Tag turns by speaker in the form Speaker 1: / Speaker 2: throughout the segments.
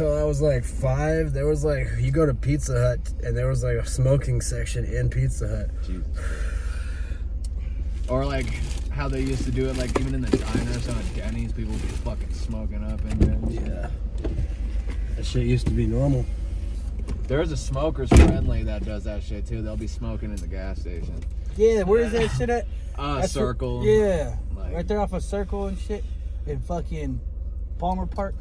Speaker 1: So I was like five. There was like you go to Pizza Hut and there was like a smoking section in Pizza Hut.
Speaker 2: Or like how they used to do it, like even in the diners on Denny's, people would be fucking smoking up in there. and shit.
Speaker 1: that shit used to be normal.
Speaker 2: There's a smokers friendly that does that shit too. They'll be smoking in the gas station.
Speaker 3: Yeah, where is that shit at?
Speaker 2: Uh,
Speaker 3: That's where-
Speaker 2: circle.
Speaker 3: yeah,
Speaker 2: Like-
Speaker 3: right there off of Circle and shit, in fucking Palmer Park.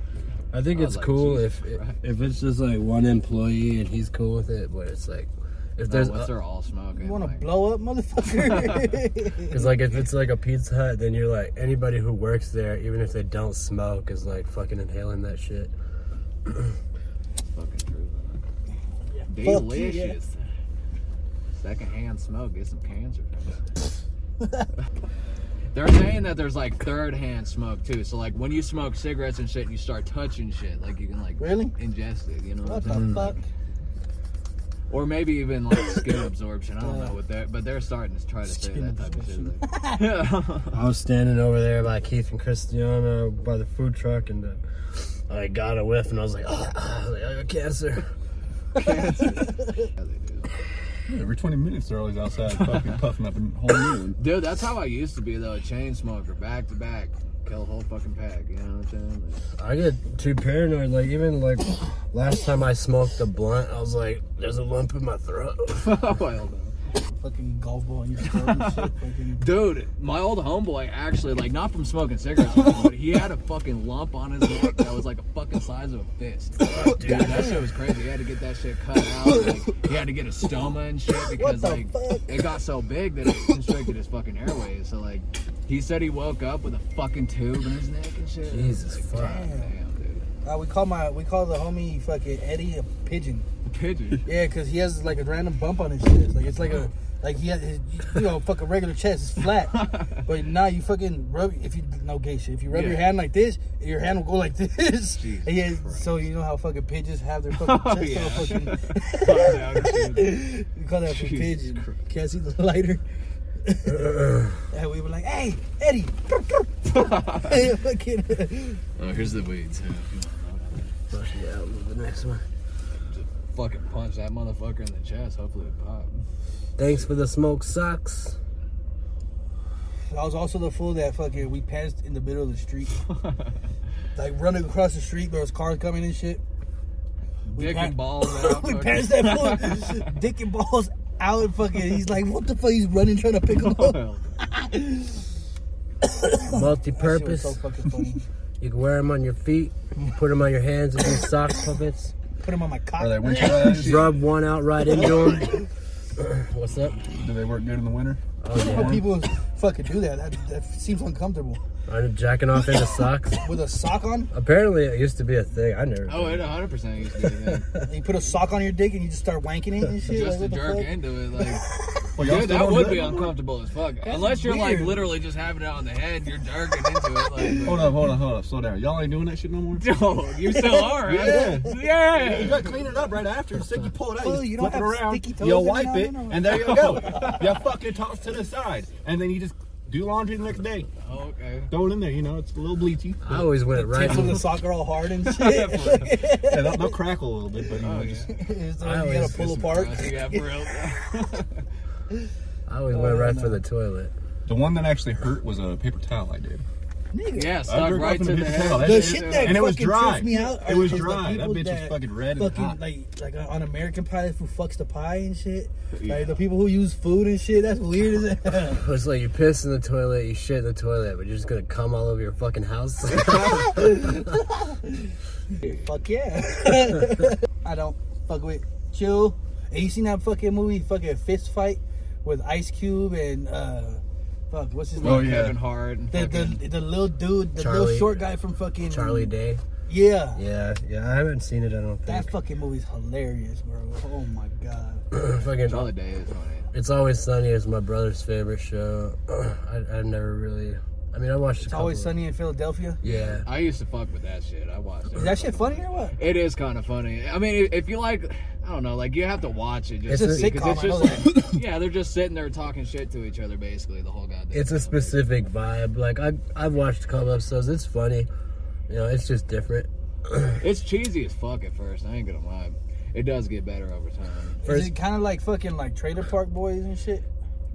Speaker 1: I think
Speaker 2: I
Speaker 1: it's
Speaker 2: was like,
Speaker 1: cool
Speaker 2: Jesus
Speaker 1: if
Speaker 2: Christ.
Speaker 1: if it's just like one employee and he's cool with it, but it's like if
Speaker 2: No,
Speaker 1: there's
Speaker 2: once
Speaker 1: a-
Speaker 2: they're all smoking.
Speaker 3: You want to
Speaker 2: like-
Speaker 3: blow up, motherfucker?
Speaker 1: Cause like if it's like a Pizza Hut, then you're like anybody who works there, even if they don't smoke, is like fucking inhaling that shit.
Speaker 2: Fucking true. though.
Speaker 3: yeah.
Speaker 2: Delicious. Secondhand smoke, get some cancer. from it. They're saying that there's like third hand smoke too. So like when you smoke cigarettes and shit and you start touching shit, like you can like
Speaker 3: Really?
Speaker 2: ingest it, you know what,
Speaker 3: what
Speaker 2: I'm
Speaker 3: the
Speaker 2: saying?
Speaker 3: fuck?
Speaker 2: Or maybe even like skin absorption. I don't know what they're but they're starting to try to say
Speaker 3: Skin
Speaker 2: that type of shit. Like, yeah.
Speaker 1: I was standing over there by Keith and Christiana by the food truck, and uh, I got a whiff, and I was like, oh, I got cancer.
Speaker 2: Yeah, they do.
Speaker 4: Every 20 minutes, they're always outside fucking puffing up a whole new one.
Speaker 2: Dude, that's how I used to be though, a chain smoker, back to back. Kill a whole fucking pack, you know what I'm saying? Like,
Speaker 1: I get too paranoid. Like even like last time I smoked a blunt, I was like, there's a lump in my throat.
Speaker 2: oh, well, though.
Speaker 3: Fucking golf ball in your throat and shit. Fucking
Speaker 2: Dude, my old homeboy actually, like, not from smoking cigarettes, but he had a fucking lump on his neck that was like a fucking size of a fist. Dude, that shit was crazy. He had to get that shit cut out. Like, he had to get a stoma and shit because,
Speaker 3: the
Speaker 2: like,
Speaker 3: fuck?
Speaker 2: it got so big that it constricted his fucking airways. So, like, he said he woke up with a fucking tube in his neck and shit.
Speaker 1: Jesus
Speaker 2: Like,
Speaker 1: fuck.
Speaker 2: damn, dude.
Speaker 3: uh, we call my we call the homie fucking Eddie a pigeon.
Speaker 2: Pigeon.
Speaker 3: Yeah, cause he has like a random bump on his chest. Like it's like a like he has his, you know fucking regular chest is flat, but now you fucking rub if you no gay shit. If you rub
Speaker 2: Yeah.
Speaker 3: your hand like this, your hand will go like this.
Speaker 2: Jesus Oh,
Speaker 3: And yeah, so you know how fucking pigeons have their fucking chest
Speaker 2: yeah.
Speaker 3: all fucking. we call that a
Speaker 2: Jesus
Speaker 3: pigeon.
Speaker 2: Christ.
Speaker 3: Can't see the lighter. and we were like, hey Eddie, Hey, fucking.
Speaker 2: oh, here's the weeds.
Speaker 1: Fucking out with the next one.
Speaker 2: Fucking punch that motherfucker in the chest. Hopefully it popped.
Speaker 1: Thanks for the smoke socks.
Speaker 3: I was also the fool that fucking we passed in the middle of the street. like running across the street, there was cars coming and shit. We
Speaker 2: Dick
Speaker 3: pa-
Speaker 2: and balls out.
Speaker 3: we
Speaker 2: fucking-
Speaker 3: passed that fool, dick and balls out and fucking. He's like, what the fuck? He's running trying to pick him up. That
Speaker 2: Well,
Speaker 3: shit was
Speaker 1: Multi-purpose.
Speaker 3: so fucking funny.
Speaker 1: You can wear them on your feet. You put them on your hands and do sock puppets.
Speaker 3: Put him on my cock.
Speaker 4: Are they winter eyes?
Speaker 1: Rub one out right into them. What's up?
Speaker 4: Do they work good in the winter?
Speaker 1: Oh yeah.
Speaker 3: But people fucking do that. that. That seems uncomfortable.
Speaker 1: I'm jacking off into socks.
Speaker 3: With a sock on,
Speaker 1: Apparently, it used to be a thing. I never.
Speaker 2: oh, it 100 percent used to be that.
Speaker 3: you put a sock on your dick and you just start wanking it and shit.
Speaker 2: Just to
Speaker 3: like, what the
Speaker 2: jerk
Speaker 3: fuck?
Speaker 2: into it, like.
Speaker 4: Well, y'all
Speaker 2: Dude,
Speaker 4: still
Speaker 2: that
Speaker 4: don't do
Speaker 2: would be
Speaker 4: no more?
Speaker 2: uncomfortable as fuck. Unless you're like
Speaker 3: weird.
Speaker 2: literally just having it on the head, you're jerking into it. Like,
Speaker 4: Hold up, hold up, hold up. Slow down. Y'all ain't doing that shit no more?
Speaker 2: No, you still are. Right?
Speaker 4: Yeah.
Speaker 2: Yeah.
Speaker 4: You gotta clean it up right after. Instead, you pull it out,
Speaker 3: Well,
Speaker 4: you,
Speaker 3: you
Speaker 4: flip
Speaker 3: don't
Speaker 4: it
Speaker 3: have
Speaker 4: around,
Speaker 3: sticky toes
Speaker 4: you
Speaker 3: every
Speaker 4: wipe
Speaker 3: now
Speaker 4: it,
Speaker 3: and then, or what?
Speaker 4: and there you go. you fucking toss to the side, and then you just do laundry the next day.
Speaker 2: Oh, okay.
Speaker 4: Throw it in there. You know, it's a little bleachy.
Speaker 1: I always went right.
Speaker 3: Tips of the sock are all hard and shit.
Speaker 4: Yeah, they'll, they'll crackle a little bit, but you know,
Speaker 2: Oh, yeah.
Speaker 4: just
Speaker 3: It's
Speaker 1: I
Speaker 3: like you
Speaker 1: always
Speaker 3: gotta pull apart.
Speaker 2: Yeah, for real.
Speaker 1: I always went right for the toilet.
Speaker 4: the one that actually hurt was a paper towel. I did.
Speaker 3: Nigga.
Speaker 2: Yeah,
Speaker 4: I
Speaker 2: stuck
Speaker 4: grew up
Speaker 2: right
Speaker 4: in
Speaker 2: to
Speaker 4: a
Speaker 2: the
Speaker 4: big hotel.
Speaker 2: head.
Speaker 4: That
Speaker 3: The
Speaker 4: shit
Speaker 3: shit
Speaker 4: is-
Speaker 3: that
Speaker 4: and it was
Speaker 3: fucking
Speaker 4: dry.
Speaker 3: trips me out.
Speaker 4: It was
Speaker 3: is the
Speaker 4: dry. That
Speaker 3: people
Speaker 4: bitch was fucking red and
Speaker 3: fucking,
Speaker 4: hot.
Speaker 3: Like like on American Pie who fucks the pie and shit. Like the people who use food and shit. That's weird as hell.
Speaker 1: It's like you piss in the toilet, you shit in the toilet, but you're just gonna come all over your fucking house.
Speaker 3: Fuck yeah. I don't fuck with chill. And you seen that fucking movie, fucking Fist Fight, with Ice Cube and uh, fuck, what's his name?
Speaker 4: Oh, yeah.
Speaker 2: Kevin Hart. And
Speaker 3: The,
Speaker 2: fucking-
Speaker 3: the the little dude, the little
Speaker 1: Charlie-
Speaker 3: short guy from fucking
Speaker 1: Charlie Day.
Speaker 3: Yeah.
Speaker 1: Yeah, yeah. I haven't seen it. I don't think.
Speaker 3: That fucking movie's hilarious, bro. Oh my god.
Speaker 1: fucking.
Speaker 2: Charlie Day is funny.
Speaker 1: It's always sunny is my brother's favorite show. I, I never really. I mean, I watched.
Speaker 3: It's always sunny in Philadelphia.
Speaker 1: Yeah.
Speaker 2: I used to fuck with that shit. I watched
Speaker 3: Is
Speaker 2: it.
Speaker 3: that shit funny or what?
Speaker 2: It is kind of funny. I mean, if- if you like, I don't know, like you have to watch it
Speaker 1: It's
Speaker 2: just
Speaker 1: a
Speaker 2: to see, 'cause
Speaker 3: sitcom,
Speaker 2: It's
Speaker 3: I know
Speaker 2: just like, yeah, they're just sitting there talking shit to each other basically the whole goddamn.
Speaker 1: It's a
Speaker 2: time.
Speaker 1: specific vibe. Like I, I've watched a couple episodes. It's funny. You know, it's just different.
Speaker 2: It's cheesy as fuck at first. I ain't gonna lie. It does get better over time.
Speaker 1: First-
Speaker 3: Is it kind of like fucking like Trailer Park Boys and shit?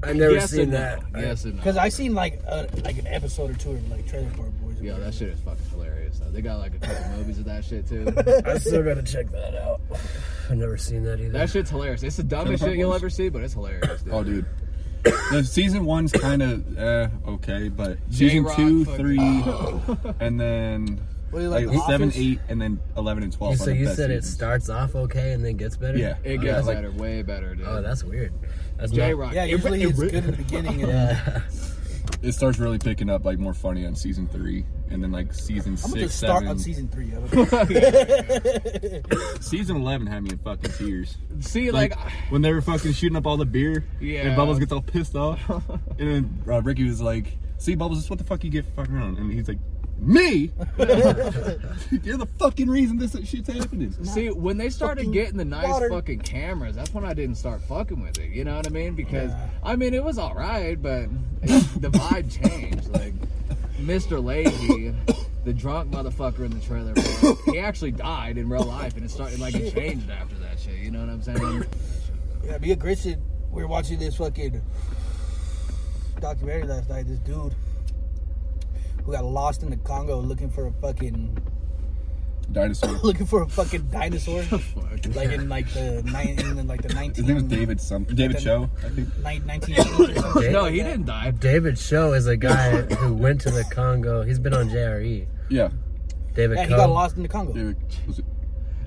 Speaker 1: I've never
Speaker 2: Yes
Speaker 1: seen
Speaker 2: and no.
Speaker 1: that.
Speaker 2: Yes and no.
Speaker 3: Because I seen like a, like an episode or two of like Trailer Park Boys.
Speaker 2: Yo, that shit is fucking hilarious. Though. They got like a couple movies of that shit too.
Speaker 1: I still gotta check that out. I've never seen that either.
Speaker 2: That shit's hilarious. It's the dumbest shit you'll ever see, but it's hilarious. Dude.
Speaker 4: Oh, dude. The season one's kind of uh, okay, but season
Speaker 2: J-Rock
Speaker 4: two,
Speaker 2: fucking-
Speaker 4: three, and then
Speaker 3: What do you
Speaker 4: like,
Speaker 3: like, The
Speaker 4: seven,
Speaker 3: Office?
Speaker 4: eight, and then eleven and twelve.
Speaker 1: You-
Speaker 4: are
Speaker 1: so
Speaker 4: the
Speaker 1: you
Speaker 4: best
Speaker 1: said it
Speaker 4: seasons.
Speaker 1: starts off okay and then gets better?
Speaker 4: Yeah.
Speaker 2: It
Speaker 4: Uh,
Speaker 2: gets
Speaker 4: like-
Speaker 2: better, way better, dude.
Speaker 1: Oh, that's weird. That's not-
Speaker 2: J Rock.
Speaker 3: Yeah, usually it's good in the beginning. And uh, then
Speaker 1: Yeah.
Speaker 4: It starts really picking up like more funny on season three, and then like season
Speaker 3: I'm gonna
Speaker 4: six,
Speaker 3: just start
Speaker 4: seven,
Speaker 3: on season three of it.
Speaker 4: season eleven had me in fucking tears.
Speaker 2: See,
Speaker 4: Like,
Speaker 2: like,
Speaker 4: when they were fucking shooting up all the beer,
Speaker 2: Yeah.
Speaker 4: and Bubbles gets all pissed off, and then uh, Ricky was like, "See, Bubbles, that's what the fuck you get for fucking around," and he's like, "Me? You're the fucking reason this shit's happening."
Speaker 2: See, when they started
Speaker 3: fucking
Speaker 2: getting the nice
Speaker 3: water.
Speaker 2: fucking cameras, that's when I didn't start fucking with it. You know what I mean? Because I mean, it was all right, but it- the vibe changed. Like Mr. Lazy, the drunk motherfucker in the trailer, park, he actually died in real life, and it started like it changed after that shit. You know what I'm saying?
Speaker 3: Yeah, me and Christian, we were watching this fucking documentary last night. This dude who got lost in the Congo looking for a fucking
Speaker 4: Dinosaur.
Speaker 3: looking for a fucking dinosaur,
Speaker 2: Fuck.
Speaker 3: like in like the nine in like the
Speaker 4: His
Speaker 3: nineteen.
Speaker 4: name was David. Some David Cho, I think.
Speaker 3: Nine, 1980s or something like
Speaker 2: No, he
Speaker 3: that.
Speaker 2: didn't die.
Speaker 1: David Show is a guy who went to the Congo. He's been on JRE.
Speaker 4: Yeah,
Speaker 1: David
Speaker 3: Yeah, he
Speaker 1: Coe.
Speaker 3: got lost in the Congo.
Speaker 4: David. Was it?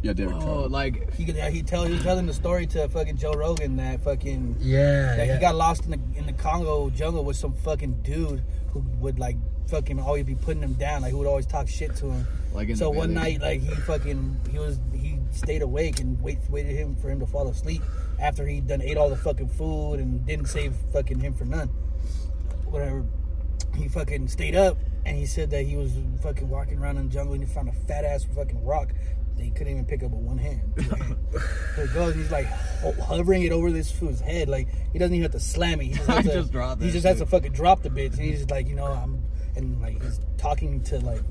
Speaker 4: Yeah, David
Speaker 2: Oh,
Speaker 4: Cho.
Speaker 2: like
Speaker 3: He could- yeah, he tell he was telling the story to fucking Joe Rogan that fucking
Speaker 1: Yeah.
Speaker 3: that
Speaker 1: yeah.
Speaker 3: he got lost in the in the Congo jungle with some fucking dude who would like fucking always be putting him down, like who would always talk shit to him.
Speaker 2: Like in
Speaker 3: so
Speaker 2: the
Speaker 3: one
Speaker 2: village.
Speaker 3: night, like he fucking he was he stayed awake and wait waited him for him to fall asleep after he done ate all the fucking food and didn't save fucking him for none. Whatever. He fucking stayed up and he said that he was fucking walking around in the jungle and he found a fat ass fucking rock that he couldn't even pick up with one hand. Two hand. so he goes, he's like ho- hovering it over this fool's head, like he doesn't even have to slam it. He just,
Speaker 2: I
Speaker 3: has to,
Speaker 2: just dropped
Speaker 3: He
Speaker 2: that
Speaker 3: just has to
Speaker 2: shit.
Speaker 3: fucking drop the bitch, and he's just like, you know, I'm, and like he's talking to like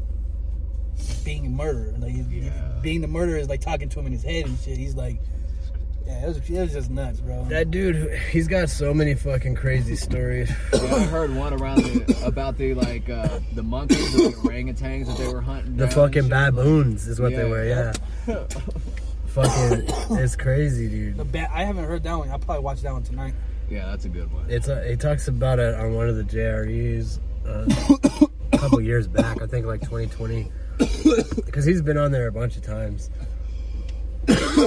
Speaker 3: being a murderer. Like he's- he's-
Speaker 2: Yeah.
Speaker 3: being the murderer is like talking to him in his head and shit. He's like, yeah, it was, it was just nuts, bro.
Speaker 1: That dude, he's got so many fucking crazy stories.
Speaker 2: yeah, I heard one around the, about the like uh, the monkeys, or the orangutans that they were hunting.
Speaker 1: The
Speaker 2: down and
Speaker 1: fucking
Speaker 2: shit.
Speaker 1: baboons is what they
Speaker 2: Yeah.
Speaker 1: were, yeah. fucking, it's crazy, dude.
Speaker 3: the bat. I haven't heard that one. I'll probably watch that one tonight.
Speaker 2: Yeah, that's a good one.
Speaker 1: It's uh he talks about it on one of the JREs uh, a couple years back, I think like 2020, because he's been on there a bunch of times.
Speaker 2: Yeah,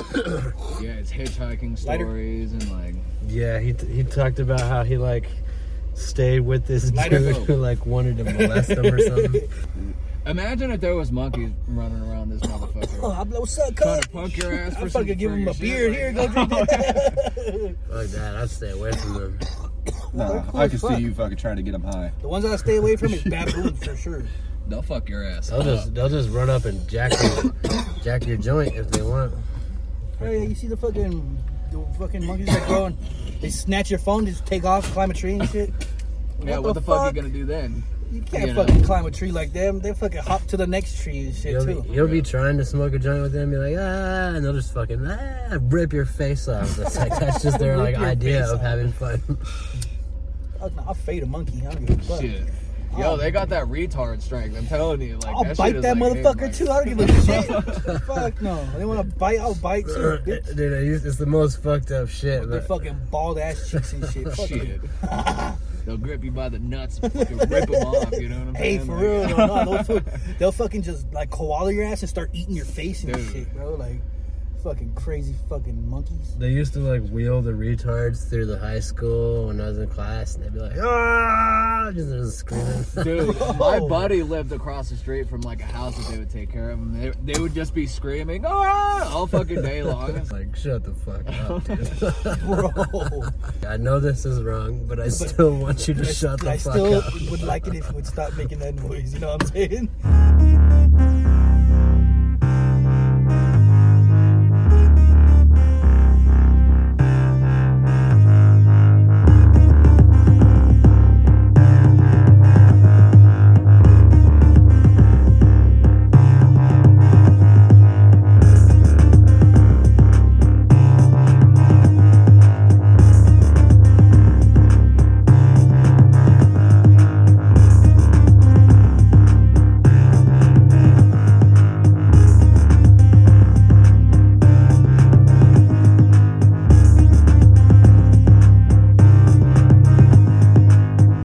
Speaker 2: it's hitchhiking
Speaker 3: Lighter.
Speaker 2: stories and like
Speaker 1: Yeah, he he talked about how he like stayed with this
Speaker 3: Lighter
Speaker 1: dude
Speaker 3: bulb.
Speaker 1: who like wanted to molest him or something.
Speaker 2: Imagine if there was monkeys running around this
Speaker 3: Oh,
Speaker 2: motherfucker.
Speaker 3: I blow suck,
Speaker 2: Trying
Speaker 3: cuz.
Speaker 2: to punk your ass for
Speaker 3: I'm
Speaker 2: some
Speaker 3: fucking give
Speaker 2: for
Speaker 3: him
Speaker 2: your
Speaker 3: a
Speaker 2: shit,
Speaker 3: beer
Speaker 2: like-
Speaker 3: here. Go drink that.
Speaker 1: Like that, I'd stay away from them.
Speaker 4: Nah,
Speaker 3: cool
Speaker 4: I
Speaker 3: as
Speaker 4: can
Speaker 3: fuck.
Speaker 4: see you fucking trying to get him high.
Speaker 3: the ones I stay away from is baboons for sure.
Speaker 2: They'll fuck your ass.
Speaker 1: They'll
Speaker 2: up.
Speaker 1: just they'll just run up and jack your, jack your joint if they want.
Speaker 3: Oh yeah, you see the fucking the fucking monkeys that grow and they snatch your phone, just take off, climb a tree and shit.
Speaker 2: yeah, what, the, fuck, you gonna do then?
Speaker 3: You can't
Speaker 2: You know.
Speaker 3: fucking climb a tree like them. They fucking hop to the next tree and shit
Speaker 1: You'll
Speaker 3: too.
Speaker 1: be, you'll be trying to smoke a joint with them, be like ah, and they'll just fucking ah, rip your face off. That's like that's just their like
Speaker 3: Rip your
Speaker 1: idea
Speaker 3: face
Speaker 1: of
Speaker 3: off.
Speaker 1: having fun.
Speaker 3: Fuck, no, I'll fade a monkey. I don't give a fuck.
Speaker 2: Shit. Yo, they got that retard strength. I'm telling you, like
Speaker 3: Oh. I'll
Speaker 2: that shit
Speaker 3: bite
Speaker 2: is
Speaker 3: that
Speaker 2: like, hey,
Speaker 3: motherfucker
Speaker 2: like-
Speaker 3: too. I don't give a shit. fuck no. They want to bite. I'll bite too.
Speaker 1: Dude,
Speaker 3: Bitch.
Speaker 1: it's it's the most fucked up shit.
Speaker 3: Their
Speaker 1: but-
Speaker 3: fucking bald ass cheeks and shit. Fuck
Speaker 2: Shit.
Speaker 3: it.
Speaker 2: They'll grip you by the nuts, and fucking rip them off. You know what I'm
Speaker 3: Hey,
Speaker 2: saying?
Speaker 3: for
Speaker 2: Like,
Speaker 3: real. No, they'll, fu- they'll fucking just like koala your ass and start eating your face and
Speaker 2: Dude.
Speaker 3: shit, bro. Like fucking crazy fucking monkeys.
Speaker 1: They used to like wheel the retards through the high school when I was in class, and they'd be like, ah, just, just screaming.
Speaker 2: Dude, my buddy lived across the street from like a house that they would take care of him. They, they would just be screaming, ah, all fucking day long. It's like,
Speaker 1: like, shut the fuck up, dude.
Speaker 3: Bro.
Speaker 1: I know this is wrong, but I still want you to shut the
Speaker 3: I
Speaker 1: fuck
Speaker 3: still
Speaker 1: up.
Speaker 3: would like it if you would stop making that noise. You know what I'm saying?